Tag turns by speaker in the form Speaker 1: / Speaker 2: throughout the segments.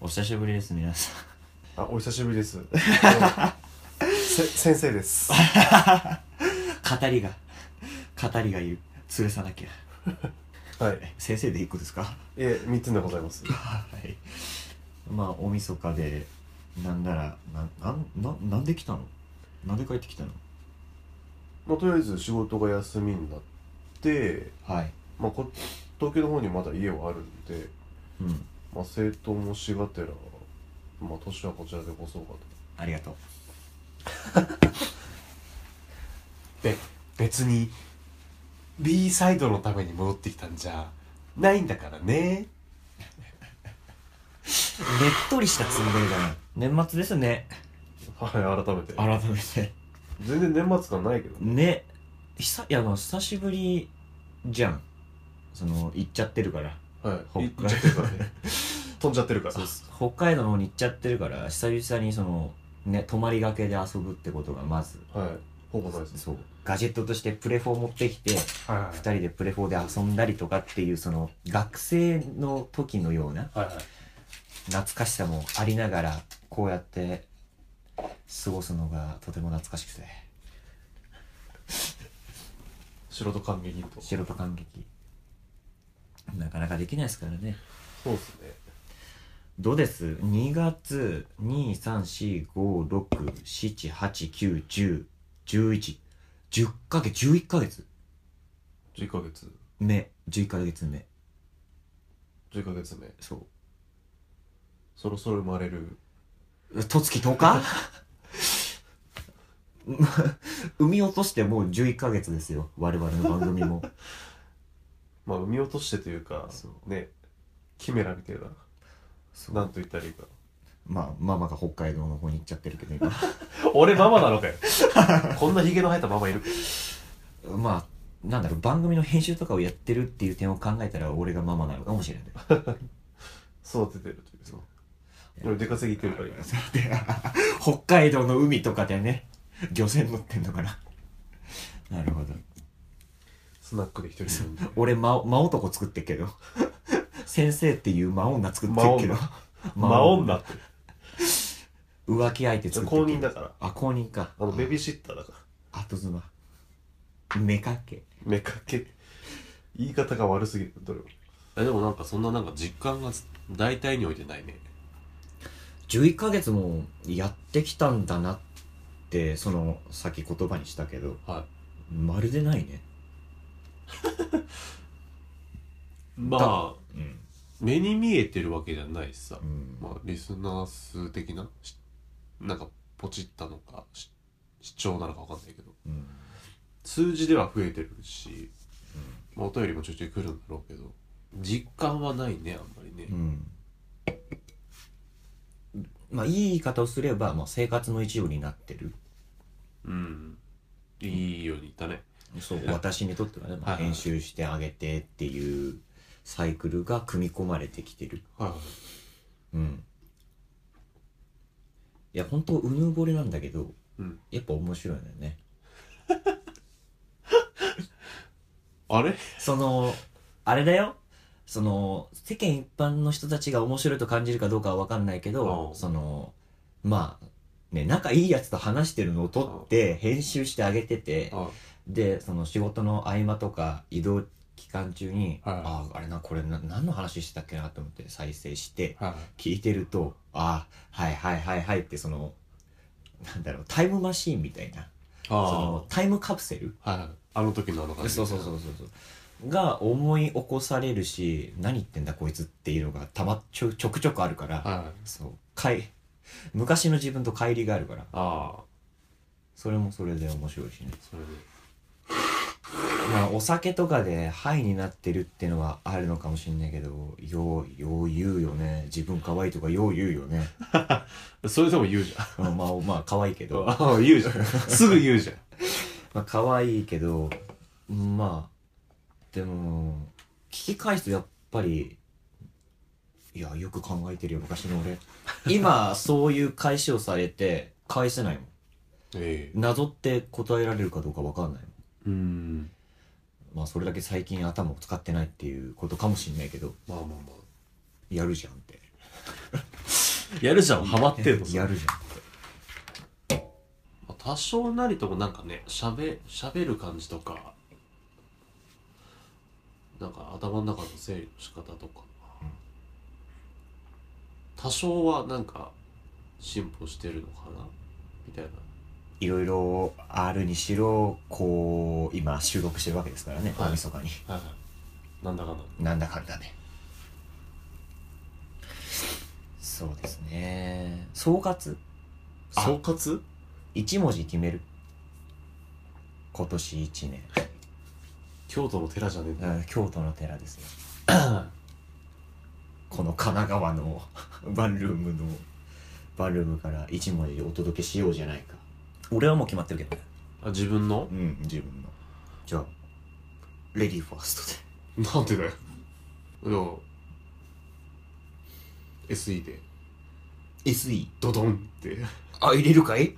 Speaker 1: お久しぶりです皆さん
Speaker 2: あお久しぶりです せ先生で す
Speaker 1: 語りが語りがいる吊るさなきゃ
Speaker 2: はい
Speaker 1: 先生で一個ですか
Speaker 2: いえ三つでございます
Speaker 1: はいまあ大晦日でなんならなんなんなんなんで来たのなんで帰ってきたの
Speaker 2: まあとりあえず仕事が休みになって、
Speaker 1: はい
Speaker 2: まあ、こ東京の方にまだ家はあるんで、
Speaker 1: うん
Speaker 2: まあ、生徒もしがてら、まあ、年はこちらで越そうかと
Speaker 1: ありがとう
Speaker 2: べ別に B サイドのために戻ってきたんじゃないんだから
Speaker 1: ね
Speaker 2: ね
Speaker 1: っとりしたつんどりだな年末ですね
Speaker 2: はい改めて
Speaker 1: 改めて
Speaker 2: 全然年末感ないけどね
Speaker 1: ね久いやまあ久しぶりじゃんその行っちゃってるから
Speaker 2: はい
Speaker 1: ほっ
Speaker 2: いいっちゃってるからね 飛んじゃってるから
Speaker 1: そうっす北海道の方に行っちゃってるから久々にそのね泊まりがけで遊ぶってことがまず
Speaker 2: はいほぼないです
Speaker 1: そうガジェットとしてプレフォー持ってきて
Speaker 2: はいはい
Speaker 1: 2人でプレフォーで遊んだりとかっていうその学生の時のような
Speaker 2: はいはい
Speaker 1: 懐かしさもありながらこうやって過ごすのがとても懐かしくて
Speaker 2: 素人感激とそ
Speaker 1: 素人感激なかなかできないですからね
Speaker 2: うですね
Speaker 1: どうです2月2345678910110ヶ月11ヶ月
Speaker 2: 11ヶ月
Speaker 1: 目11ヶ月目
Speaker 2: 11ヶ月目
Speaker 1: そ
Speaker 2: そろそろ生まれる
Speaker 1: うとつき10日 産み落としてもう11ヶ月ですよ我々の番組 も
Speaker 2: まあ産み落としてというか
Speaker 1: そ
Speaker 2: ねキメラみたいな
Speaker 1: そう
Speaker 2: なんと言ったらいいか
Speaker 1: まあママが北海道の方に行っちゃってるけど今
Speaker 2: 俺ママな のかよこんなヒゲの生えたママいるか
Speaker 1: まあなんだろう番組の編集とかをやってるっていう点を考えたら俺がママなのかもしれない
Speaker 2: 育ててるという
Speaker 1: そう
Speaker 2: 俺出稼ぎ行ってるから今
Speaker 1: そうで北海道の海とかでね漁船乗ってんのかな なるほど
Speaker 2: スナックで一人で飲んで
Speaker 1: 俺魔魔男作ってっけど 先生っていう魔女作って っけど
Speaker 2: 魔女って
Speaker 1: 浮気相手作って
Speaker 2: 公
Speaker 1: っけど
Speaker 2: 認だから
Speaker 1: あ公認か
Speaker 2: あのベビーシッターだから
Speaker 1: 後妻目かけ
Speaker 2: 目かけ言い方が悪すぎるどれもえでもなんかそんななんか実感が大体においてないね
Speaker 1: 11ヶ月もやってきたんだなってそのさっき言葉にしたけど
Speaker 2: はい
Speaker 1: まるでないね
Speaker 2: ま
Speaker 1: だ
Speaker 2: あ
Speaker 1: うん、
Speaker 2: 目に見えてるわけじゃないしさ
Speaker 1: う、ん
Speaker 2: まあ、リスナー数的なしなんかポチったのかし視聴なのかわかんないけど
Speaker 1: うん
Speaker 2: 数字では増えてるし、まあ、お便りもちょいちょい来るんだろうけど実感はないねあんまりね、
Speaker 1: うんまあいい言い方をすれば、まあ、生活の一部になってる
Speaker 2: うんいいように言ったね
Speaker 1: そう私にとってはね、まあ、
Speaker 2: はいはい
Speaker 1: 編集してあげてっていうサイクルが組み込まれてきてる
Speaker 2: はいはい
Speaker 1: うんいや本当うぬぼれなんだけど
Speaker 2: うん
Speaker 1: やっぱ面白いのよね
Speaker 2: あれ
Speaker 1: そのあれだよその世間一般の人たちが面白いと感じるかどうかは分かんないけ
Speaker 2: う
Speaker 1: ど
Speaker 2: ん
Speaker 1: そのまあね仲いいやつと話してるのを撮って編集してあげてて
Speaker 2: あ
Speaker 1: でその仕事の合間とか移動期間中に、
Speaker 2: はい
Speaker 1: あああれなこれな何の話してたっけなと思って再生して
Speaker 2: はい
Speaker 1: 聞いてるとああはいはいはいはいってそのなんだろうタイムマシーンみたいな
Speaker 2: あ
Speaker 1: そ
Speaker 2: あ
Speaker 1: のタイムカプセル
Speaker 2: はいはいあの時のあの感じ
Speaker 1: そうそうそうそうそうが思い起こされるし何言ってんだこいつっていうのがたまちょちょくちょくあるから、
Speaker 2: はいはい
Speaker 1: そうかい昔の自分と乖離があるから
Speaker 2: ああ
Speaker 1: それもそれで面白いしね
Speaker 2: それで
Speaker 1: まあお酒とかでハイになってるってのはあるのかもしんないけどようよう言うよね自分可愛いとかよう言うよね
Speaker 2: それでも言うじゃん
Speaker 1: まあまあ可愛いけど
Speaker 2: ああ言うじゃん すぐ言うじゃん
Speaker 1: まあ可愛いけどまあでも聞き返すとやっぱりいやよく考えてるよ昔の俺今そういう返しをされて返せないもん
Speaker 2: ええ
Speaker 1: 謎って答えられるかどうか分かんないもん
Speaker 2: うん
Speaker 1: まあそれだけ最近頭を使ってないっていうことかもしんないけど
Speaker 2: まあまあまあ
Speaker 1: やるじゃんって
Speaker 2: やるじゃんハマってると
Speaker 1: やるじゃん
Speaker 2: 多少なりともなんかねしゃべしゃべる感じとかなんか頭の中の整理の仕方とか、多少はなんか進歩してるのかなみたいない
Speaker 1: ろいろあるにしろこう今収録してるわけですからね
Speaker 2: はい
Speaker 1: 大晦日に
Speaker 2: はいはいなんだかんだ
Speaker 1: なんだかんだねそうですね総括あ
Speaker 2: 括
Speaker 1: 一文字決める今年一年
Speaker 2: 京都の寺じゃねえんだ
Speaker 1: うん京都の寺ですよ この神奈川のワンルームのワンルームから一文字でお届けしようじゃないか俺はもう決まってるけどね
Speaker 2: あ自分の
Speaker 1: うん自分のじゃあレディーファースト
Speaker 2: なんでだよいや SE で
Speaker 1: で SE
Speaker 2: ドドンって
Speaker 1: あ入れるかい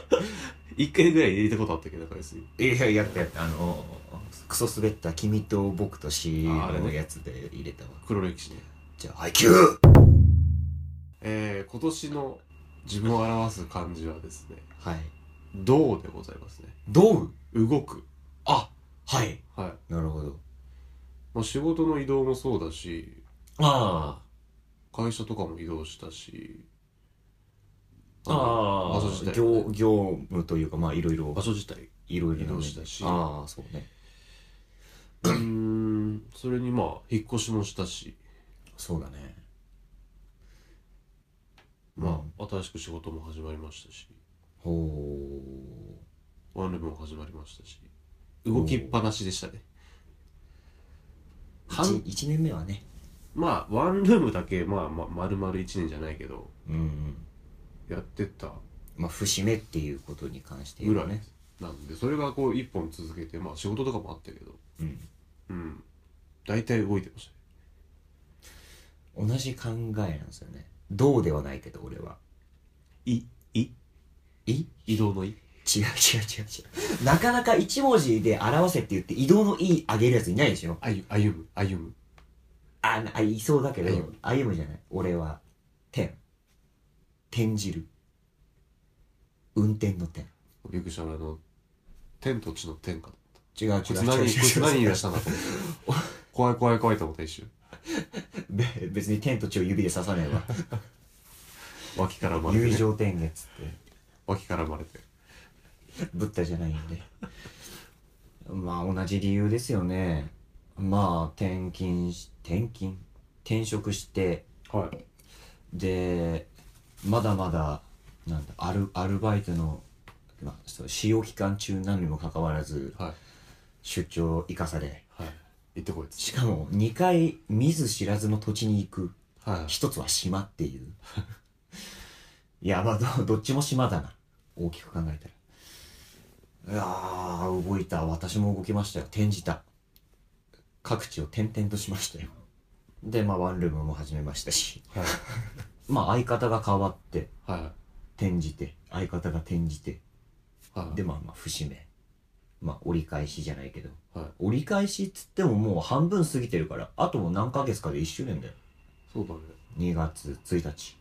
Speaker 2: 一回ぐらい入れたことあったっけどなんか SE
Speaker 1: いややったやったあのクソ滑った君と僕と C
Speaker 2: ああれ
Speaker 1: の
Speaker 2: ね
Speaker 1: やつで入れたわ
Speaker 2: 黒歴史ね
Speaker 1: じゃあ IQ!
Speaker 2: えー、今年の自分を表す漢字はですね
Speaker 1: はい
Speaker 2: 「動」でございますね
Speaker 1: どう
Speaker 2: 動く
Speaker 1: あはい
Speaker 2: はい
Speaker 1: なるほど
Speaker 2: まあ、仕事の移動もそうだし
Speaker 1: あ
Speaker 2: 会社とかも移動したし
Speaker 1: ああ
Speaker 2: 場
Speaker 1: あ
Speaker 2: 所自体、
Speaker 1: 業業務というかまあいろいろ
Speaker 2: 場所自体
Speaker 1: いろいろ
Speaker 2: 移動したし
Speaker 1: ああそうね
Speaker 2: うーんそれにまあ引っ越しもしたし
Speaker 1: そうだね
Speaker 2: まあ新しく仕事も始まりましたし
Speaker 1: ほ
Speaker 2: ワンルームも始まりましたし動きっぱなしでしたね
Speaker 1: う
Speaker 2: 半
Speaker 1: 1年目はね
Speaker 2: まあワンルームだけまあままるまる1年じゃないけど
Speaker 1: うんうん
Speaker 2: やってった
Speaker 1: まあ節目っていうことに関して言
Speaker 2: ぐ
Speaker 1: う
Speaker 2: ら
Speaker 1: と
Speaker 2: い
Speaker 1: ね
Speaker 2: なんでそれがこう一本続けてまあ仕事とかもあったけど
Speaker 1: うん
Speaker 2: うん大体動いてましたね
Speaker 1: 同じ考えなんですよねどうではないけど俺はい
Speaker 2: い
Speaker 1: い違う
Speaker 2: 移動のい
Speaker 1: 違う違う違うなかなか一文字で表せって言って移動の「い」あげるやついないでしょ
Speaker 2: 歩歩む歩む
Speaker 1: ああいそうだけど
Speaker 2: 歩
Speaker 1: 歩むじゃない俺は点転じる運転の点
Speaker 2: びっくりしたあの天と地の天 かと
Speaker 1: 違う違う
Speaker 2: こいつ
Speaker 1: 違
Speaker 2: 何
Speaker 1: う
Speaker 2: こいつ何言い
Speaker 1: 違う違う
Speaker 2: 出したんだと思って 怖い怖い怖いと思った一瞬
Speaker 1: べ別に天と地を指で刺さないわ
Speaker 2: 脇から生まれて、
Speaker 1: 友
Speaker 2: ね、
Speaker 1: 情天月って
Speaker 2: 脇から生まれて
Speaker 1: ブッダじゃないんでまあ同じ理由ですよねまあ転勤し転勤転職して
Speaker 2: はい
Speaker 1: でまだまだなんだアルアルバイトの、まあ、そう使用期間中なのにもかかわらず
Speaker 2: はい
Speaker 1: 出張行かされ
Speaker 2: はい行ってこいっつ
Speaker 1: しかも2回見ず知らずの土地に行く
Speaker 2: はい
Speaker 1: 一つは島っていう いやまあどどっちも島だな大きく考えたらあー動いた私も動きましたよ転じた各地を転々としましたよでまあワンルームも始めましたし
Speaker 2: はい
Speaker 1: まあ相方が変わって
Speaker 2: はい
Speaker 1: 転じて相方が転じて
Speaker 2: はい
Speaker 1: でまあまあ節目まあ折り返しじゃないけど
Speaker 2: はい
Speaker 1: 折り返しっつってももう半分過ぎてるからあともう何ヶ月かで1周年だよ
Speaker 2: そうだね
Speaker 1: 2月1日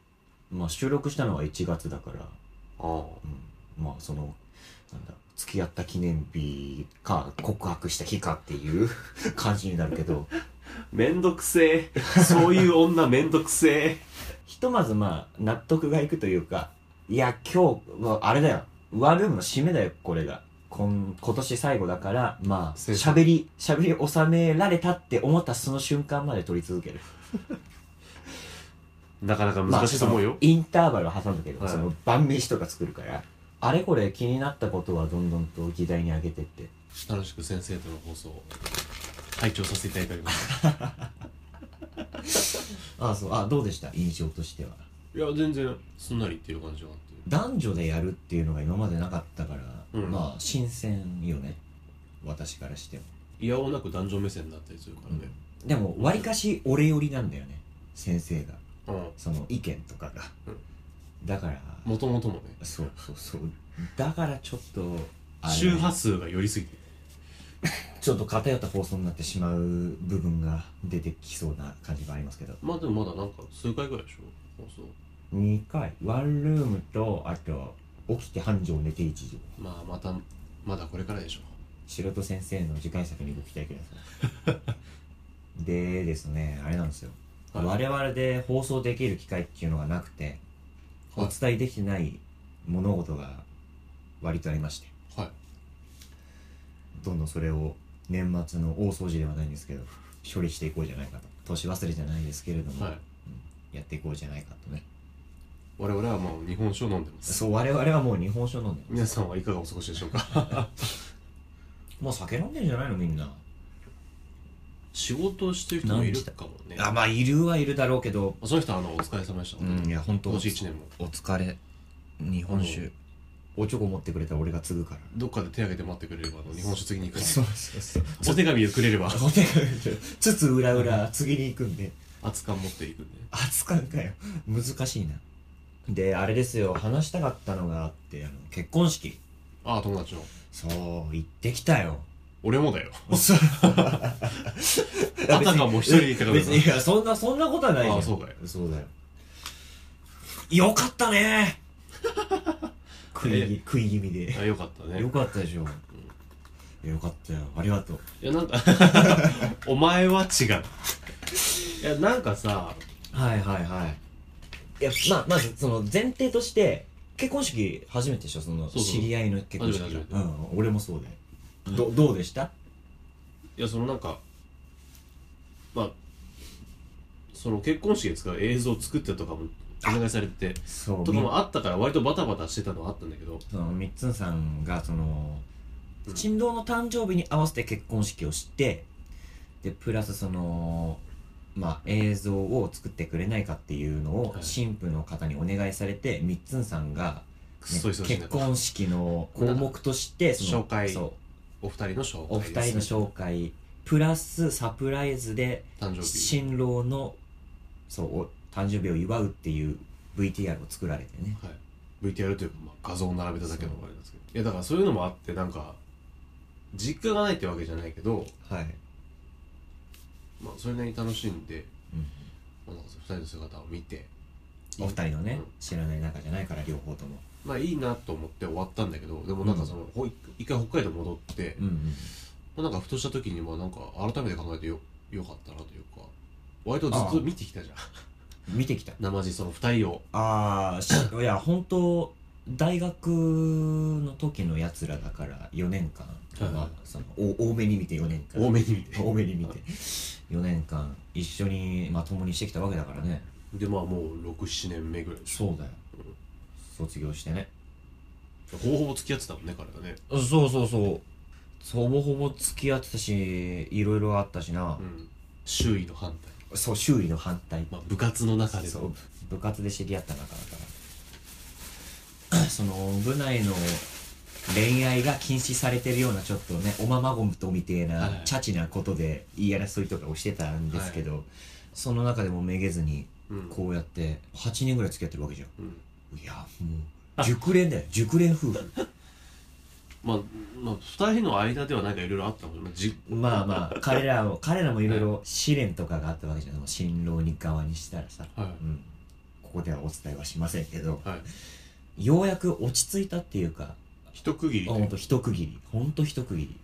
Speaker 1: まあ収録したのは1月だから、
Speaker 2: ああ
Speaker 1: うん、まあそのなんだ付き合った記念日か告白した日かっていう 感じになるけど
Speaker 2: めんどくせえそういう女めんどくせえ
Speaker 1: ひとまずまあ納得がいくというかいや今日はあれだよワンルームの締めだよこれがこん今年最後だからまあ
Speaker 2: そうです
Speaker 1: 喋り喋り収められたって思ったその瞬間まで撮り続ける
Speaker 2: なかなか難しいと思う
Speaker 1: まあ
Speaker 2: よ
Speaker 1: そのインターバルを挟んだけど、
Speaker 2: はい
Speaker 1: その晩飯とか作るからあれこれ気になったことはどんどんと議題に上げてって
Speaker 2: 楽しく先生との放送を拝聴させていただいております
Speaker 1: あそうあどうでした印象としてはい
Speaker 2: や全然すんなりいっていう感じがあって
Speaker 1: 男女でやるっていうのが今までなかったから、
Speaker 2: うん
Speaker 1: まあ新鮮よね私からしても、
Speaker 2: いやおなく男女目線だったりするからね
Speaker 1: でもわりかし俺寄りなんだよね先生が
Speaker 2: うん
Speaker 1: その意見とかが、
Speaker 2: うん
Speaker 1: だから
Speaker 2: もともともね
Speaker 1: そうそうそうだからちょっとあれ
Speaker 2: 周波数が寄りすぎて
Speaker 1: ちょっと偏った放送になってしまう部分が出てきそうな感じがありますけど
Speaker 2: まあでもまだなんか数回ぐらいでしょ放送
Speaker 1: 2回ワンルームとあと起きて半畳寝て一畳
Speaker 2: まあまたまだこれからでしょ
Speaker 1: 素人先生の次回作にご期待ください でですねあれなんですよ、
Speaker 2: はい
Speaker 1: 我々で放送できる機会っていうのがなくて、
Speaker 2: はい
Speaker 1: お伝えできてない物事が割とありまして
Speaker 2: はい
Speaker 1: どんどんそれを年末の大掃除ではないんですけど処理していこうじゃないかと年忘れじゃないですけれども、
Speaker 2: はい
Speaker 1: やっていこうじゃないかとね
Speaker 2: 我々はもう日本酒を飲んでます
Speaker 1: そう我々はもう日本酒を飲んでます
Speaker 2: 皆さんはいかがお過ごしでしょうか
Speaker 1: もう酒飲んでんじゃないのみんな
Speaker 2: 仕事をしてる人もいるかもね
Speaker 1: あまあいるはいるだろうけど
Speaker 2: その人はあのお疲れ様でした
Speaker 1: うんいや本当
Speaker 2: 今年1年も
Speaker 1: お疲れ日本酒おちょこ持ってくれたら俺が継ぐから
Speaker 2: どっかで手挙げて待ってくれればあの日本酒次に行 くんで
Speaker 1: そうそうそう
Speaker 2: お手紙をくれれば
Speaker 1: お手紙つつ裏裏次に行くんで
Speaker 2: 熱燗持っていくんで
Speaker 1: 扱うかよ難しいなであれですよ話したかったのがあってあの結婚式
Speaker 2: ああ友達の
Speaker 1: そう行ってきたよ
Speaker 2: 俺もだよ
Speaker 1: そう
Speaker 2: あたかも一人で行ったかのよ
Speaker 1: 別にいやそんなそんなことはないじゃん
Speaker 2: あそうかよ
Speaker 1: そうだよよかった ね食い気食い気味で
Speaker 2: あよかったね
Speaker 1: よかったでしょ、いやよかったよありがとう
Speaker 2: いやなんか お前は違ういやなんかさ
Speaker 1: はいはいはいいやまあまずその前提として結婚式初めてでしょその
Speaker 2: そうそう
Speaker 1: 知り合いの結婚式
Speaker 2: 初めて
Speaker 1: う
Speaker 2: 初
Speaker 1: ん俺もそうでどどうでした
Speaker 2: いやそのなんかまあその結婚式で使う映像を作ってとかもお願いされてて
Speaker 1: そう
Speaker 2: とかもあったから割とバタバタしてたのはあったんだけど
Speaker 1: そのみっつんさんがその新郎の誕生日に合わせて結婚式をしてでプラスそのまあ映像を作ってくれないかっていうのを
Speaker 2: はい
Speaker 1: 新婦の方にお願いされてみっつんさんが、
Speaker 2: くっ
Speaker 1: ね
Speaker 2: そ忙しいんだ
Speaker 1: 結婚式の項目としてその
Speaker 2: 紹介
Speaker 1: そう
Speaker 2: お二人の紹
Speaker 1: お
Speaker 2: 介
Speaker 1: 二人の紹介プラスサプライズで
Speaker 2: 誕生日
Speaker 1: 新郎のそうお誕生日を祝うっていう VTR を作られてね
Speaker 2: はい VTR というか、まあ、画像を並べただけのあれなんですけどいやだからそういうのもあってなんか実家がないってわけじゃないけど、
Speaker 1: はい、
Speaker 2: まあ、それなりに楽しんで、
Speaker 1: うん
Speaker 2: まあ、なんかその二人の姿を見て
Speaker 1: お二人のね
Speaker 2: うん
Speaker 1: 知らない仲じゃないから両方とも
Speaker 2: まあいいなと思って終わったんだけどでもなんかその、ほい一回北海道戻って、
Speaker 1: うんうん
Speaker 2: まあ、なんかふとした時にまあなんか改めて考えてよよかったなというか割とずっと見てきたじゃん
Speaker 1: 見てきた
Speaker 2: 生地その二人を
Speaker 1: ああしいや本当大学の時のやつらだから4年間
Speaker 2: はいはい
Speaker 1: そのお多めに見て4年間
Speaker 2: 多めに見て
Speaker 1: 多めに見て4年間一緒にまともにしてきたわけだからね
Speaker 2: でまあもう67年目ぐらいでしょ
Speaker 1: うだよ卒業してね
Speaker 2: ほぼほぼ付き合ってたもんね彼がね
Speaker 1: そうそうそうほぼほぼ付き合ってたしいろいろあったしな
Speaker 2: う、ん周囲の反対
Speaker 1: そう周囲の反対
Speaker 2: まあ部活の中で
Speaker 1: そ
Speaker 2: の
Speaker 1: う部活で知り合った仲だから その部内の恋愛が禁止されてるようなちょっとねおままごとみてえ
Speaker 2: は
Speaker 1: ないチャチなことで言い争いとかをしてたんですけど、その中でもめげずに
Speaker 2: うん
Speaker 1: こうやって8年ぐらい付き合ってるわけじゃ
Speaker 2: うん
Speaker 1: んいやもう熟練だよ熟練夫婦
Speaker 2: まあ、まあ、二人の間ではなんかいろいろあったもんね、まあじ
Speaker 1: まあまあ彼らも彼らもいろいろ試練とかがあったわけじゃんその新郎に側にしたらさ、
Speaker 2: はい
Speaker 1: うん、ここではお伝えはしませんけど
Speaker 2: はい
Speaker 1: ようやく落ち着いたっていうか
Speaker 2: 一区切り
Speaker 1: あほん
Speaker 2: で
Speaker 1: と一区切りほんと一区切り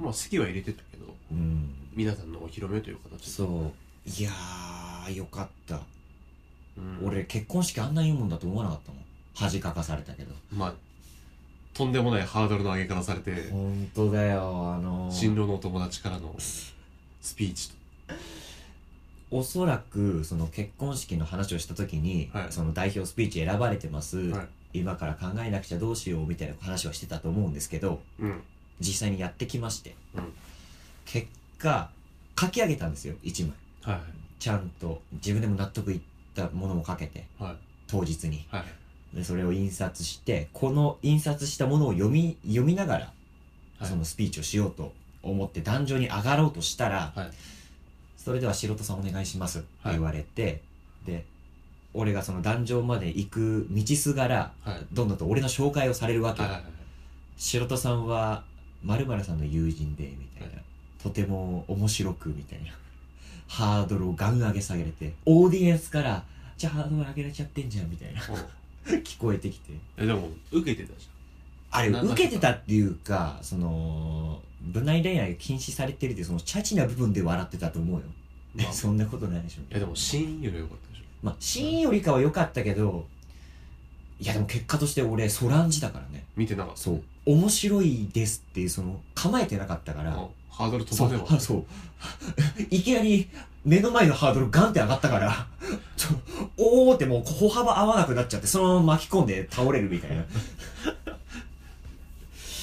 Speaker 2: まあ席は入れてたけど
Speaker 1: うん
Speaker 2: 皆さんのお披露目という形で
Speaker 1: そういやーよかった、
Speaker 2: うん
Speaker 1: 俺結婚式あんな言うもんだと思わなかったもん恥かかされたけど
Speaker 2: まあとんでもないハードルの上げ方されて
Speaker 1: ほんとだよあのー
Speaker 2: 新郎のお友達からのスピーチと
Speaker 1: おそらくその結婚式の話をした時に、
Speaker 2: はい
Speaker 1: その代表スピーチ選ばれてます、
Speaker 2: は
Speaker 1: 今から考えなくちゃどうしようみたいな話はしてたと思うんですけど
Speaker 2: うん
Speaker 1: 実際にやってきまして、
Speaker 2: うん
Speaker 1: 結果書き上げたんですよ1枚
Speaker 2: は
Speaker 1: ちゃんと自分でも納得いったものもかけて
Speaker 2: いはい
Speaker 1: 当日に
Speaker 2: はい
Speaker 1: でそれを印刷してこの印刷したものを読み読みながら、
Speaker 2: はい
Speaker 1: そのスピーチをしようと思って壇上に上がろうとしたら、
Speaker 2: はい
Speaker 1: それでは素人さんお願いしますって言われて、で俺がその壇上まで行く道すがら、
Speaker 2: はい
Speaker 1: どんどんと俺の紹介をされるわけ、
Speaker 2: はいはいはい
Speaker 1: 素人さんは○○さんの友人でみたいな、
Speaker 2: はい
Speaker 1: とても面白くみたいな ハードルをガン上げ下げれてオーディエンスから「じゃあハードル上げられちゃってんじゃん」みたいな 聞こえてきて
Speaker 2: えでも受けてたじ
Speaker 1: あれ
Speaker 2: な
Speaker 1: 受けてたっていうかその部内恋愛が禁止されてるってそのチャチな部分で笑ってたと思うよ、、
Speaker 2: ゃん、まあ
Speaker 1: そんなことないでしょ
Speaker 2: いやでもシーンより良かったでしょ
Speaker 1: まあシーンよりかは良かったけどいやでも結果として俺ソランジだからね
Speaker 2: 見てなかった
Speaker 1: そう面白いですっていうその構えてなかったから、
Speaker 2: うんハードル飛
Speaker 1: そ
Speaker 2: ばね
Speaker 1: う
Speaker 2: ば
Speaker 1: あそういきなり目の前のハードルガンって上がったからちょおおってもう歩幅合わなくなっちゃってそのまま巻き込んで倒れるみたいな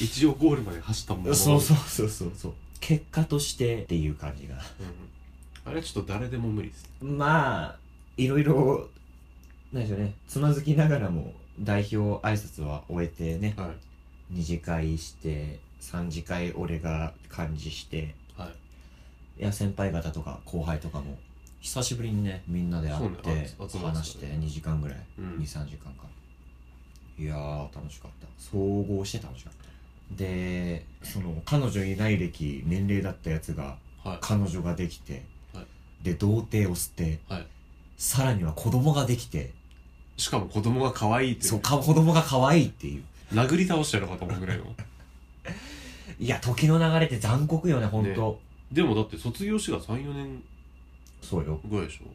Speaker 3: 一応ゴールまで走ったもん
Speaker 1: そうそうそうそうそう結果としてっていう感じが
Speaker 2: うんあれはちょっと誰でも無理です
Speaker 1: まあいろいろなんでしょうねつまずきながらも代表挨拶は終えてね
Speaker 2: はい
Speaker 1: 二次会して三次会俺が幹事して
Speaker 2: はい
Speaker 1: いや先輩方とか後輩とかも久しぶりにねみんなで会っ
Speaker 2: そうね
Speaker 1: て
Speaker 2: あ集まってたね
Speaker 1: 話して2時間ぐらい、
Speaker 2: うん
Speaker 1: 23時間かいやー楽しかった総合して楽しかったでその彼女いない歴年齢だったやつが
Speaker 2: は
Speaker 1: 彼女ができて、
Speaker 2: はい
Speaker 1: で童貞を捨て、
Speaker 2: はい
Speaker 1: さらには子供ができて
Speaker 2: いしかも子供が可愛いってい
Speaker 1: そう
Speaker 2: う
Speaker 1: か子供が可愛いっていう
Speaker 2: 殴り倒してやろうかと思うぐらい の
Speaker 1: いや時の流れって残酷よね本当、
Speaker 2: でもだって卒業してが34年
Speaker 1: そうよ
Speaker 2: 後でしょ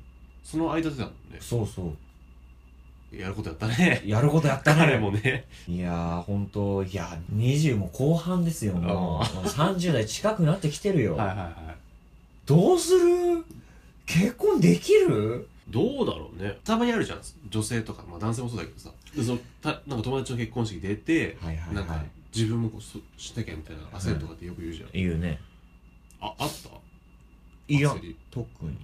Speaker 2: その間でだもんね
Speaker 1: そうそう
Speaker 2: やることやった ね
Speaker 1: やることやった
Speaker 2: 彼もね
Speaker 1: いやー本当いや20も後半ですよもうもう30代近くなってきてるよ、
Speaker 2: はいはいはい
Speaker 1: どうする結婚できる
Speaker 2: どうだろうねたまにあるじゃん女性とか、まあ、男性もそうだけどさでそのたなんか友達の結婚式出て、
Speaker 1: はいはいはい
Speaker 2: なんか自分もこうそしなきゃみたいな焦るとかってよく言うじゃん、
Speaker 1: 言うね
Speaker 2: ああった
Speaker 1: いや
Speaker 2: 焦り
Speaker 1: 特に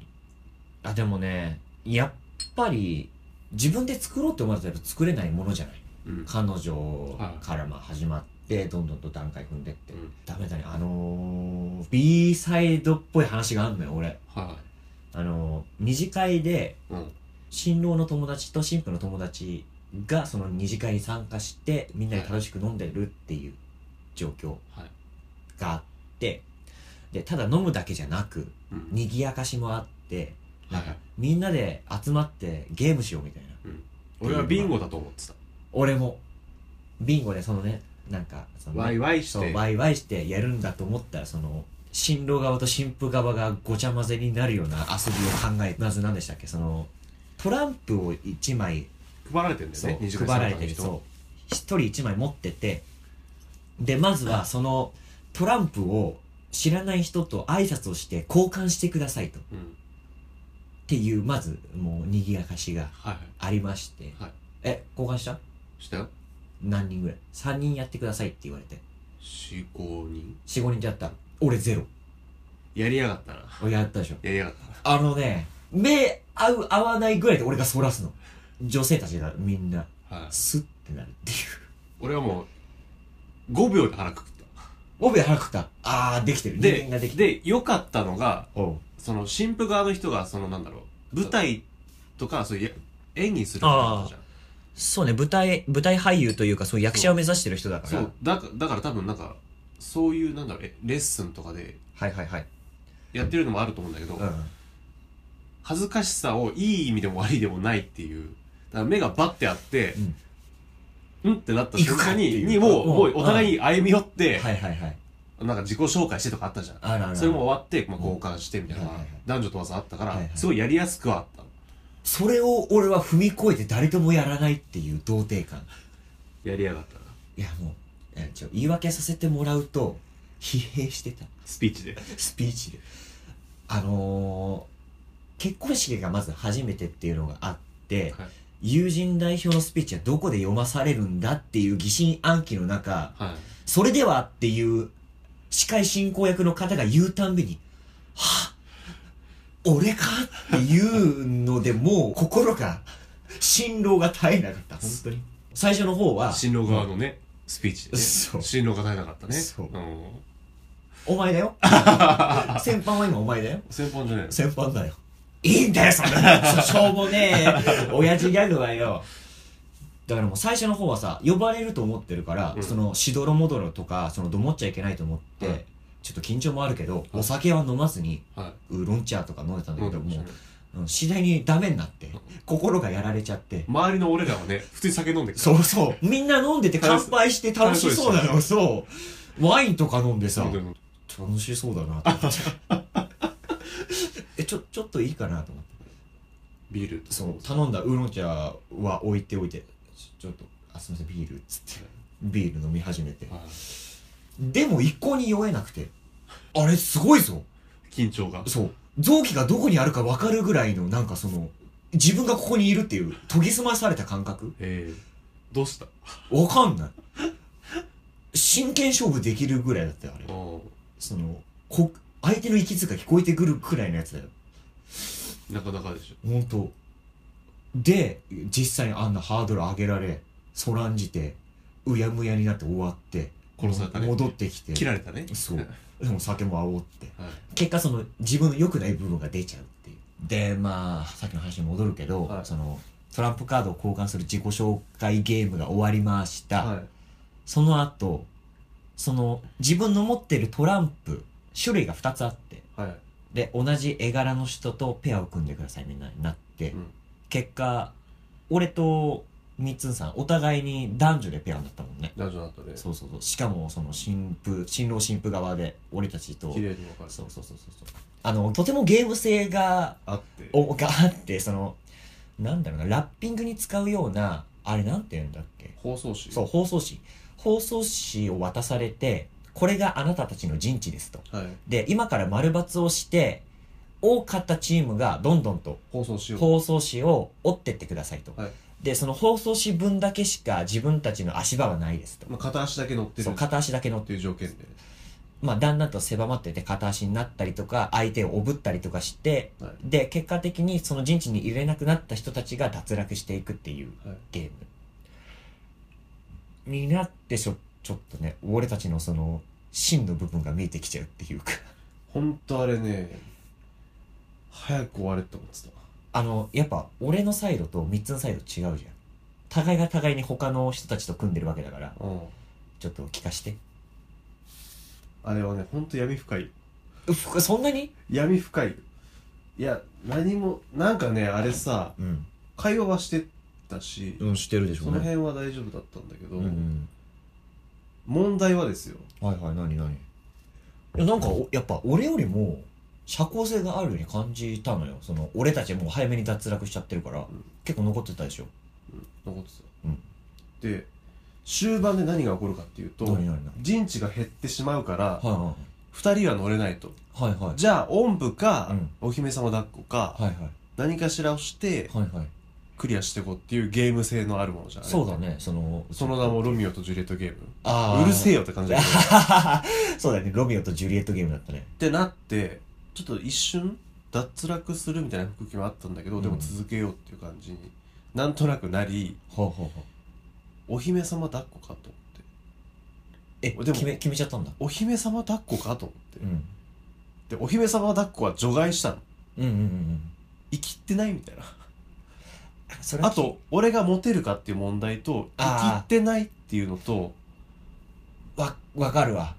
Speaker 1: あでもねやっぱり自分で作ろうって思われたら作れないものじゃない
Speaker 2: うん
Speaker 1: 彼女からまあ始まってどんどんと段階踏んでって、
Speaker 2: うん
Speaker 1: ダメだねあのー、B サイドっぽい話があんのよ俺
Speaker 2: は
Speaker 1: あのー、二次会で
Speaker 2: いうん
Speaker 1: 新郎の友達と新婦の友達がその二次会に参加してみんなで楽しく飲んでるっていう状況
Speaker 2: はい
Speaker 1: があってでただ飲むだけじゃなく
Speaker 2: うん
Speaker 1: 賑やかしもあってなん
Speaker 2: は
Speaker 1: か
Speaker 2: い
Speaker 1: みんなで集まってゲームしようみたいな
Speaker 2: 俺はビンゴだと思ってた
Speaker 1: 俺もビンゴでそのねなんかそのね
Speaker 2: ワイワイし
Speaker 1: そう
Speaker 2: て
Speaker 1: ワイワイしてやるんだと思ったらその新郎側と新婦側がごちゃ混ぜになるような遊びを考えまず何でしたっけそのトランプを1枚
Speaker 2: 配られてんだよ
Speaker 1: そう
Speaker 2: ね二次会
Speaker 1: 配られ
Speaker 2: 参
Speaker 1: て
Speaker 2: 加の
Speaker 1: る
Speaker 2: 人
Speaker 1: そう一人一枚持っててでまずはそのトランプを知らない人と挨拶をして交換してくださいとっ
Speaker 2: うん
Speaker 1: ていうまずもう賑やかしが
Speaker 2: はいは
Speaker 1: ありまして、
Speaker 2: はい
Speaker 1: え交換した
Speaker 2: いしたよ
Speaker 1: 何人ぐらい3人やってくださいって言われて
Speaker 2: 45人
Speaker 1: 45人でやった俺ゼロ
Speaker 2: やりやがったな
Speaker 1: 俺やったでしょ
Speaker 2: やりやがったな
Speaker 1: あのね目合う合わないぐらいで俺がそらすの女性たちがみんな
Speaker 2: はい
Speaker 1: スッてなるっていう
Speaker 2: 俺はもう5秒で腹くくっ
Speaker 1: 5秒腹くったああできてる
Speaker 2: た
Speaker 1: 人間がで
Speaker 2: で
Speaker 1: きてる
Speaker 2: で良かったのが
Speaker 1: おう
Speaker 2: その新婦側の人がそのなんだろう舞台とかそういうや演技する人だったじゃん
Speaker 1: そうね、舞台、舞台俳優というか、そう役者を目指してる人だから。
Speaker 2: そうだかだから多分なんかそういうなんだろうえレッスンとかで
Speaker 1: はいはいはい。
Speaker 2: やってるのもあると思うんだけど、
Speaker 1: うん。
Speaker 2: 恥ずかしさをいい意味でも悪いでもないっていうだから目がバッてあってうん、ってなった瞬間
Speaker 1: 行くかってい
Speaker 2: に
Speaker 1: う
Speaker 2: にも
Speaker 1: う
Speaker 2: う
Speaker 1: ん
Speaker 2: もうお互いに歩み寄って、
Speaker 1: はいはいはい。
Speaker 2: なんか自己紹介してとかあったじゃん
Speaker 1: あるあるある
Speaker 2: それも終わって、まあ、交換してみたいな、
Speaker 1: はいはいはい
Speaker 2: 男女問わずあったから、
Speaker 1: はいはい
Speaker 2: すごいやりやすくはあった
Speaker 1: それを俺は踏み越えて誰ともやらないっていう童貞感。
Speaker 2: やりやがったない
Speaker 1: やもう、えちょ言い訳させてもらうと、疲弊してた。
Speaker 2: スピーチで
Speaker 1: スピーチで。あのー、結婚式がまず初めてっていうのがあって、
Speaker 2: はい
Speaker 1: 友人代表のスピーチはどこで読まされるんだっていう疑心暗鬼の中、
Speaker 2: はい
Speaker 1: それではっていう司会進行役の方が言うたんびに、はぁ俺かっていうのでもう心が、心労が絶えなかった、本当に。最初の方は、
Speaker 2: 新郎側のね、スピーチで、ね、
Speaker 1: そう
Speaker 2: 新郎が耐えなかったね
Speaker 1: そう
Speaker 2: うん
Speaker 1: お前だ よ。先般は今お前だよ。
Speaker 2: 先方じゃないの
Speaker 1: 先般だよ。いいんだよ、そん な。しょうもねえ、親父ギャグはよ。だからもう最初の方はさ、呼ばれると思ってるから、
Speaker 2: うん
Speaker 1: そのしどろもどろとか、そのどもっちゃいけないと思って、
Speaker 2: うん
Speaker 1: ちょっと緊張もあるけど、お酒は飲まずに
Speaker 2: は
Speaker 1: ウーロン茶とか飲んでたん
Speaker 2: い
Speaker 1: だけど、
Speaker 2: ん
Speaker 1: もう、うん次第にダメになって
Speaker 2: ん
Speaker 1: 心がやられちゃって
Speaker 2: 周りの俺らはね普通に酒飲んでる
Speaker 1: そうそうみんな飲んでて乾杯して楽しそうなのそうワインとか飲んでさ
Speaker 2: 飲んでる
Speaker 1: 楽しそうだなと思って えちょちょっといいかなと思って
Speaker 2: ビール
Speaker 1: そう頼んだウーロン茶は置いておいてちょちょっとあすみませんビールっつってビール飲み始めて
Speaker 2: はい
Speaker 1: でも一向に酔えなくてあれすごいぞ
Speaker 2: 緊張が
Speaker 1: そう臓器がどこにあるか分かるぐらいのなんかその自分がここにいるっていう研ぎ澄まされた感覚
Speaker 2: ええどうした
Speaker 1: わかんない真剣勝負できるぐらいだったよあれ
Speaker 2: う
Speaker 1: そのこ相手の息遣い聞こえてくるくらいのやつだよ
Speaker 2: んなかなかでしょ
Speaker 1: 本当で実際にあんなハードル上げられそらんじてうやむやになって終わって
Speaker 2: 殺されたね
Speaker 1: 戻ってきて
Speaker 2: 切られたね
Speaker 1: そう
Speaker 2: はい
Speaker 1: でも酒も煽って結果その自分の良くない部分が出ちゃうっていうでまあさっきの話に戻るけど、
Speaker 2: はい
Speaker 1: そのトランプカードを交換する自己紹介ゲームが終わりました、
Speaker 2: はい
Speaker 1: その後その自分の持ってるトランプ種類が2つあって
Speaker 2: はい
Speaker 1: で同じ絵柄の人とペアを組んでくださいみんなになって、
Speaker 2: うん
Speaker 1: 結果俺とみっつんさんお互いに男女でペアになったもんね
Speaker 2: ラジオだったね
Speaker 1: そうそうそうしかもその新婦新郎新婦側で俺たちと
Speaker 2: 綺麗に分かれて
Speaker 1: そうそうそうそうそうあのとてもゲーム性が
Speaker 2: あって
Speaker 1: おがあってそのなんだろうなラッピングに使うようなあれなんて言うんだっけ
Speaker 2: 放送紙
Speaker 1: そう放送紙放送紙を渡されてこれがあなたたちの陣地ですと
Speaker 2: はい
Speaker 1: で今から丸抜をして多かったチームがどんどんと
Speaker 2: 放送紙を
Speaker 1: 放送紙を折ってってくださいと、
Speaker 2: はい
Speaker 1: でその放送紙分だけしか自分たちの足場はないですと、
Speaker 2: まあ片足だけ乗ってる
Speaker 1: そう
Speaker 2: っ
Speaker 1: 片足だけの
Speaker 2: ていう条件で
Speaker 1: まあ、だんだんと狭まってて片足になったりとか相手をおぶったりとかして、
Speaker 2: はい
Speaker 1: で結果的にその陣地に入れなくなった人たちが脱落していくっていう
Speaker 2: はい
Speaker 1: ゲーム、になってしょちょっとね俺たちのその真の部分が見えてきちゃうっていうか
Speaker 2: ほんとあれね早く終われって思って
Speaker 1: あのやっぱ俺のサイドと三つのサイド違うじゃん互いが互いに他の人たちと組んでるわけだから
Speaker 2: たうん
Speaker 1: ちょっと聞かして
Speaker 2: あれはねほんと闇深いう
Speaker 1: っそんなに
Speaker 2: 闇深いいや何もなんかねあれさ
Speaker 1: うん、
Speaker 2: 会話はしてたし、
Speaker 1: うん、してるでし
Speaker 2: その辺は大丈夫だったんだけど、
Speaker 1: うん、うん
Speaker 2: 問題はですよ
Speaker 1: はいはい何何いやなんかおやっぱ俺よりも社交性があるように感じたのよその俺たちもう早めに脱落しちゃってるから、
Speaker 2: ん
Speaker 1: 結構残ってたでしょ
Speaker 2: 残って
Speaker 1: うん
Speaker 2: たで終盤で何が起こるかっていうと
Speaker 1: 何何何
Speaker 2: 陣地が減ってしまうから
Speaker 1: は
Speaker 2: 2人は乗れないと
Speaker 1: いはいはいはい
Speaker 2: じゃあおんぶか、
Speaker 1: うん
Speaker 2: お姫様抱っこ
Speaker 1: は
Speaker 2: か、
Speaker 1: いはい
Speaker 2: 何かしらをして
Speaker 1: はいはい
Speaker 2: クリアしていこうっていうゲーム性のあるものじゃんあれ
Speaker 1: そうだねその
Speaker 2: その名もロミオとジュリエットゲーム
Speaker 1: あー
Speaker 2: うるせえよって感じだけど
Speaker 1: そうだねロミオとジュリエットゲームだったね
Speaker 2: ってなってちょっと一瞬脱落するみたいな空気もあったんだけど、でも続けようっていう感じになんとなくなり
Speaker 1: ほうほうほう
Speaker 2: お姫様抱っこかと思って
Speaker 1: え
Speaker 2: でも
Speaker 1: 決め決めちゃったんだ
Speaker 2: お姫様抱っこかと思って、
Speaker 1: うん
Speaker 2: でお姫様抱っこは除外したの
Speaker 1: うんうんうんうん
Speaker 2: 生きってない みたいな
Speaker 1: あそれは
Speaker 2: あと俺がモテるかっていう問題と生
Speaker 1: あー
Speaker 2: きってないっていうのと
Speaker 1: わわかるわ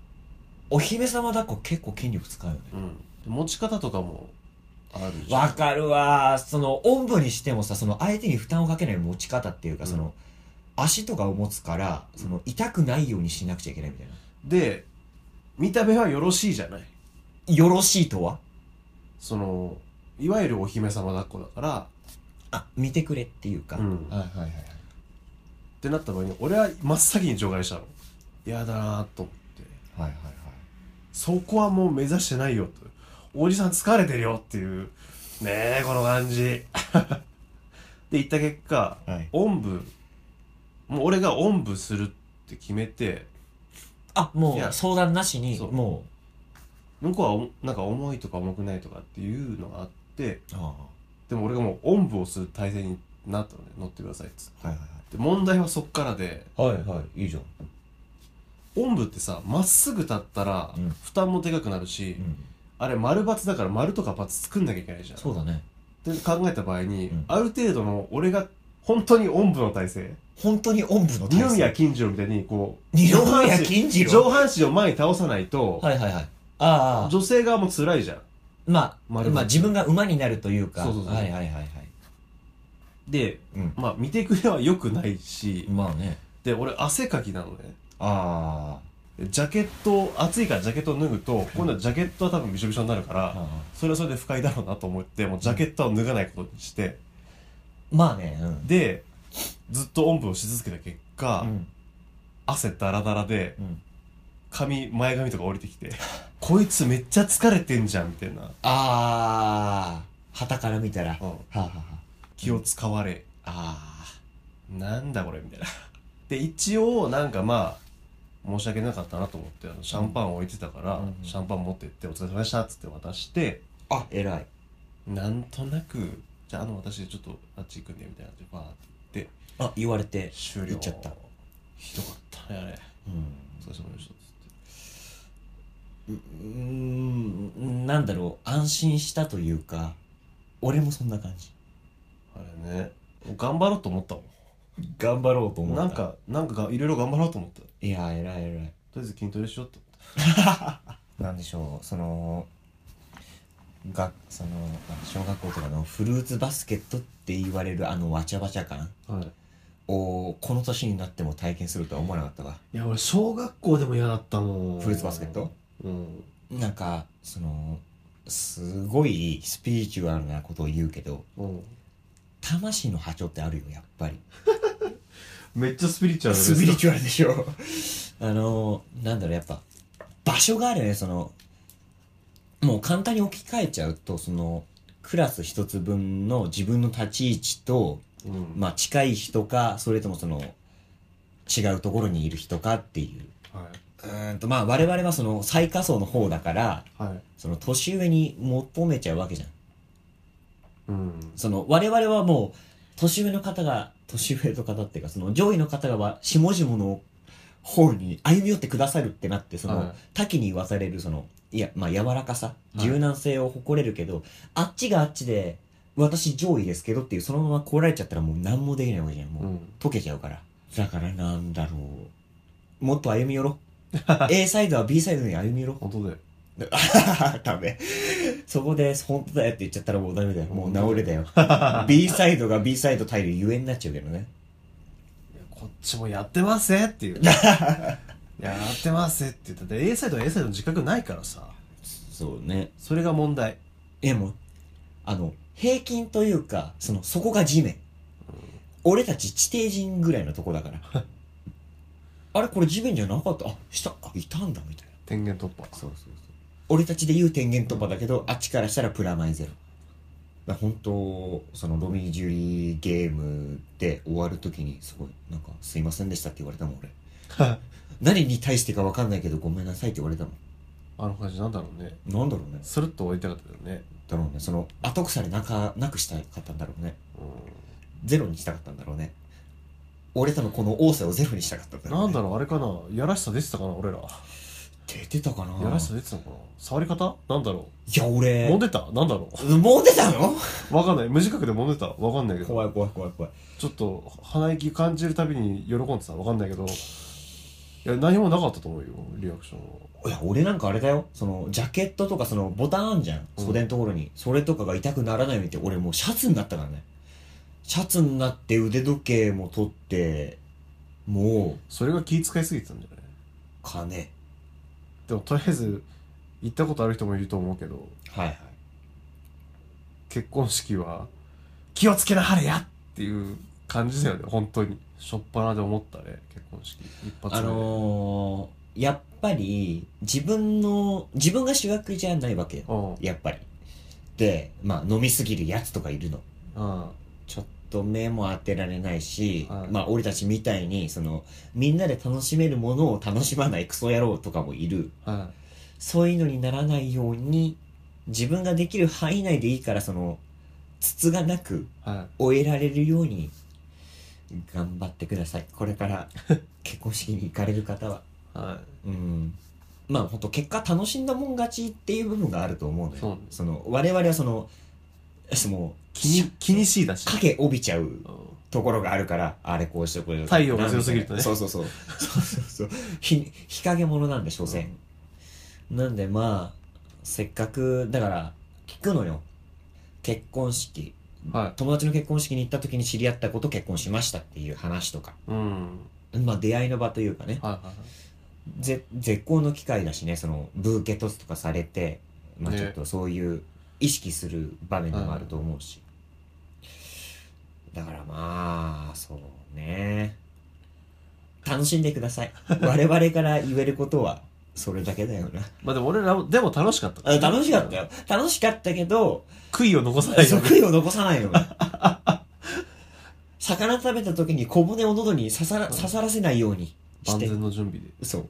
Speaker 1: お姫様抱っこ結構筋力使うよね
Speaker 2: うん持ち方とかもあるし
Speaker 1: わかるわそのおんぶにしてもさその相手に負担をかけない持ち方っていうか、
Speaker 2: うん
Speaker 1: その足とかを持つからその痛くないようにしなくちゃいけないみたいな
Speaker 2: で見た目はよろしいじゃない
Speaker 1: よろしいとは
Speaker 2: そのいわゆるお姫様抱っこだから
Speaker 1: あ見てくれっていうか、
Speaker 2: うん
Speaker 1: はいはいはい
Speaker 2: ってなった場合に俺は真っ先に除外したの嫌だなと思って
Speaker 1: はいはいはい
Speaker 2: そこはもう目指してないよとおじさん疲れてるよっていうねえこの感じ で言った結果、
Speaker 1: はい
Speaker 2: おんぶもう俺がおんぶするって決めて
Speaker 1: あ
Speaker 2: い
Speaker 1: も
Speaker 2: や
Speaker 1: う相談なしに
Speaker 2: そう
Speaker 1: も
Speaker 2: 向こうはおなんか重いとか重くないとかっていうのがあって
Speaker 1: うあ
Speaker 2: でも俺がもうおんぶをする体制になったので乗ってくださいっつって
Speaker 1: はい
Speaker 2: で問題はそっからで
Speaker 1: はいはいはいはいいいじゃん
Speaker 2: おんぶってさまっすぐ立ったら
Speaker 1: うん
Speaker 2: 負担もでかくなるし、
Speaker 1: うん
Speaker 2: あれ丸×だから丸とか×作んなきゃいけないじゃん
Speaker 1: そうだね
Speaker 2: って考えた場合に、
Speaker 1: うん
Speaker 2: ある程度の俺が本当におんぶの体勢
Speaker 1: 本当におんぶの
Speaker 2: 二
Speaker 1: 体
Speaker 2: 宮
Speaker 1: 制
Speaker 2: 金次郎みたいにこう
Speaker 1: 二宮
Speaker 2: 上半
Speaker 1: 金次
Speaker 2: 身上
Speaker 1: 郎
Speaker 2: 半身を前に倒さないと、
Speaker 1: はいはいはいああ
Speaker 2: 女性側も辛いじゃん
Speaker 1: まあ、
Speaker 2: 丸めて
Speaker 1: まあ自分が馬になるというか
Speaker 2: そうそうそう
Speaker 1: はいはいはいはい
Speaker 2: で
Speaker 1: うん
Speaker 2: まあ見てくれは良くないし
Speaker 1: まあね
Speaker 2: で俺汗かきなのね
Speaker 1: あ
Speaker 2: でジャケット暑いからジャケットを脱ぐと今度はジャケットは多分びしょびしょになるから、
Speaker 1: ああ
Speaker 2: それはそれで不快だろうなと思ってもうジャケットは脱がないことにして
Speaker 1: まあねうん
Speaker 2: でずっとおんぶをし続けた結果、
Speaker 1: うん
Speaker 2: 汗ダラダラで
Speaker 1: うん
Speaker 2: 髪前髪とか降りてきて こいつめっちゃ疲れてんじゃんみたいな、
Speaker 1: ああはたから見たらは
Speaker 2: うん
Speaker 1: あはあは
Speaker 2: 気を使われ、
Speaker 1: あ
Speaker 2: なんだこれみたいな で一応なんかまあ申し訳なかったなと思ってあのシャンパン置いてたから、
Speaker 1: うん
Speaker 2: シャンパン持ってって「お疲れ様でした」っつって渡して
Speaker 1: ああ偉い
Speaker 2: なんとなく「じゃああの私ちょっとあっち行くんで」みたいなでバーって言って
Speaker 1: あ言われて
Speaker 2: 終了
Speaker 1: 行っちゃった
Speaker 2: ひどかったねあれ
Speaker 1: うん
Speaker 2: お疲れ様でしたっつって
Speaker 1: うーんなんだろう安心したというか俺もそんな感じ
Speaker 2: あれね頑張ろうと思ったも
Speaker 1: 頑張ろうと
Speaker 2: ん
Speaker 1: 思った
Speaker 2: なんかなんかいろいろ頑張ろうと思ったと
Speaker 1: いや偉い偉い
Speaker 2: りあえず筋トレしようと思っ
Speaker 1: なんでしょうそのがそのなんか小学校とかのフルーツバスケットって言われるあのわちゃわちゃ感
Speaker 2: たはい
Speaker 1: をこの年になっても体験するとは思わなかったわ
Speaker 2: いや俺小学校でも嫌だったもん
Speaker 1: フルーツバスケット
Speaker 2: うん
Speaker 1: なんかそのすごいスピリチュアルなことを言うけど
Speaker 2: うん
Speaker 1: 魂の波長ってあるよやっぱり
Speaker 2: めっちゃスピリチュアル
Speaker 1: スピリチュアルでしょあのなんだろうやっぱ場所があるよねそのもう簡単に置き換えちゃうとそのクラス一つ分の自分の立ち位置と、
Speaker 2: うん
Speaker 1: まあ、近い人かそれともその違うところにいる人かっていう
Speaker 2: は
Speaker 1: うーんとまあ我々はその最下層の方だから
Speaker 2: いはい
Speaker 1: その年上に求めちゃうわけじゃん
Speaker 2: うん
Speaker 1: その我々はもう年上の方が年上の方っていうかその上位の方がわ下々の方に歩み寄ってくださるってなってその、
Speaker 2: はい
Speaker 1: 多岐にわたれるそのいやまあ柔らかさ
Speaker 2: い
Speaker 1: 柔軟性を誇れるけど、あっちがあっちで私上位ですけどっていうそのまま来られちゃったらもう何もできないわけじゃんもう、
Speaker 2: うん
Speaker 1: 溶けちゃうからだからなんだろうもっと歩み寄ろ A サイドは B サイドに歩み寄ろ
Speaker 2: 本当だよ
Speaker 1: ダメ。そこで、本当だよって言っちゃったらもうダメだよ。もう治れだよ。B サイドが B サイド対流ゆえになっちゃうけどね。
Speaker 2: いやこっちもやってますねってい うやってますねって言ったって A サイドは A サイドの自覚ないからさ
Speaker 1: そうね。
Speaker 2: それが問題
Speaker 1: え、もう、あの、平均というか、その、そこが地面。俺たち地底人ぐらいのとこだ から。あれこれ地面じゃなかったあ、下、あ、いたんだみたいな。
Speaker 2: 天元突破
Speaker 1: そうそうそう。俺たちで言う天元突破だけど、あっちからしたらプラマイゼロ。だから本当そのロビージュリーゲームで終わるときにすごいなんか「すいませんでした」って言われたもん俺何に対してか分かんないけど「ごめんなさい」って言われたも
Speaker 2: あの感じなんだろうね
Speaker 1: んなんだろうね
Speaker 2: スルッと終わりたかったよね
Speaker 1: だろうねその後腐れなかなくしたかったんだろうねゼロにしたかったんだろうね俺とのこの多さをゼロにしたかったんだろう、ね、
Speaker 2: なんだろうあれかなやらしさ出てたかな俺ら
Speaker 1: 出てたかな
Speaker 2: やらしさ出てたのかな触り方なんだろ
Speaker 1: いや
Speaker 2: う
Speaker 1: 俺
Speaker 2: 揉んでたなんだろ
Speaker 1: モテたの
Speaker 2: う わかんない無自覚で揉んでたわかんないけど
Speaker 1: 怖い怖い怖い怖い
Speaker 2: ちょっと鼻息感じるたびに喜んでたわかんないけどいや何もなかったと思うよリアクションはい
Speaker 1: や俺なんかあれだよそのジャケットとかそのボタンあんじゃん袖のところに、それとかが痛くならないようにって俺もうシャツになったからねシャツになって腕時計も取ってもう
Speaker 2: それが気遣いすぎてたんじゃない
Speaker 1: 金
Speaker 2: でもとりあえず行ったことある人もいると思うけど
Speaker 1: はいはい
Speaker 2: 結婚式は気をつけなはれやっていう感じだよね本当にしょっぱなで思ったね結婚式一発目
Speaker 1: あ
Speaker 2: で、
Speaker 1: のー、やっぱり自分の自分が主役じゃないわけよやっぱりでまあ飲みすぎるやつとかいるの
Speaker 2: うんうん
Speaker 1: ちょっと目も当てられないし、
Speaker 2: はい
Speaker 1: まあ俺たちみたいにそのみんなで楽しめるものを楽しまないクソ野郎とかもいる
Speaker 2: は
Speaker 1: そういうのにならないように自分ができる範囲内でいいからその筒がなく
Speaker 2: いはい
Speaker 1: 終えられるように頑張ってくださいこれから 結婚式に行かれる方は
Speaker 2: は
Speaker 1: うんまあ本当結果楽しんだもん勝ちっていう部分があると思うのよ
Speaker 2: そうね
Speaker 1: その我々はそのその
Speaker 2: 気に気にしいだし、
Speaker 1: 影帯びちゃう
Speaker 2: う
Speaker 1: ところがあるからあれこうしてこれ
Speaker 2: 太陽が強すぎるとね
Speaker 1: そうそうそうそうそうそうひ日陰者なんで所詮、なんでまあせっかくだから聞くのよ結婚式
Speaker 3: は
Speaker 1: 友達の結婚式に行った時に知り合った子と結婚しましたっていう話とか
Speaker 3: い。うん。
Speaker 1: まあ出会いの場というかね
Speaker 3: はいはいはい。
Speaker 1: ぜ絶好の機会だしねそのブーケトスとかされて、まあ、
Speaker 3: ね
Speaker 1: ちょっとそういう意識する場面でもあると思うし、だからまあそうね楽しんでください我々から言えることはそれだけだよな
Speaker 3: まあでも俺らも、でも楽しかった。
Speaker 1: あ楽しかった。よ楽しかったけど
Speaker 3: 悔いを残さないように。
Speaker 1: 即位を残さないよね魚食べた時に小骨を喉に刺さら刺さらせないようにし
Speaker 3: 万
Speaker 1: て
Speaker 3: 全の準備で。
Speaker 1: そう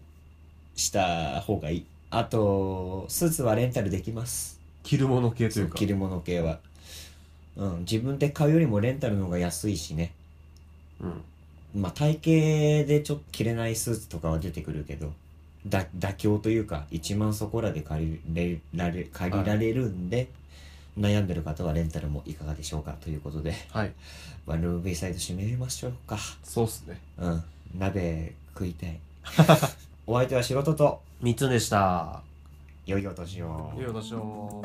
Speaker 1: した方がいいあとスーツはレンタルできます
Speaker 3: 着るもの系というか。
Speaker 1: 着るもの系はうん自分で買うよりもレンタルの方が安いしね
Speaker 3: うん。
Speaker 1: まあ体型でちょっと着れないスーツとかは出てくるけどだ妥協というか1万そこらで借りれられ借りられるんで、悩んでる方はレンタルもいかがでしょうかということで
Speaker 3: はい。
Speaker 1: ワルビーサイド締めましょうか
Speaker 3: そうっすね。
Speaker 1: うん鍋食いた いお相手は仕事と
Speaker 3: 三つでした。
Speaker 1: 良いお年を
Speaker 3: いいお年を。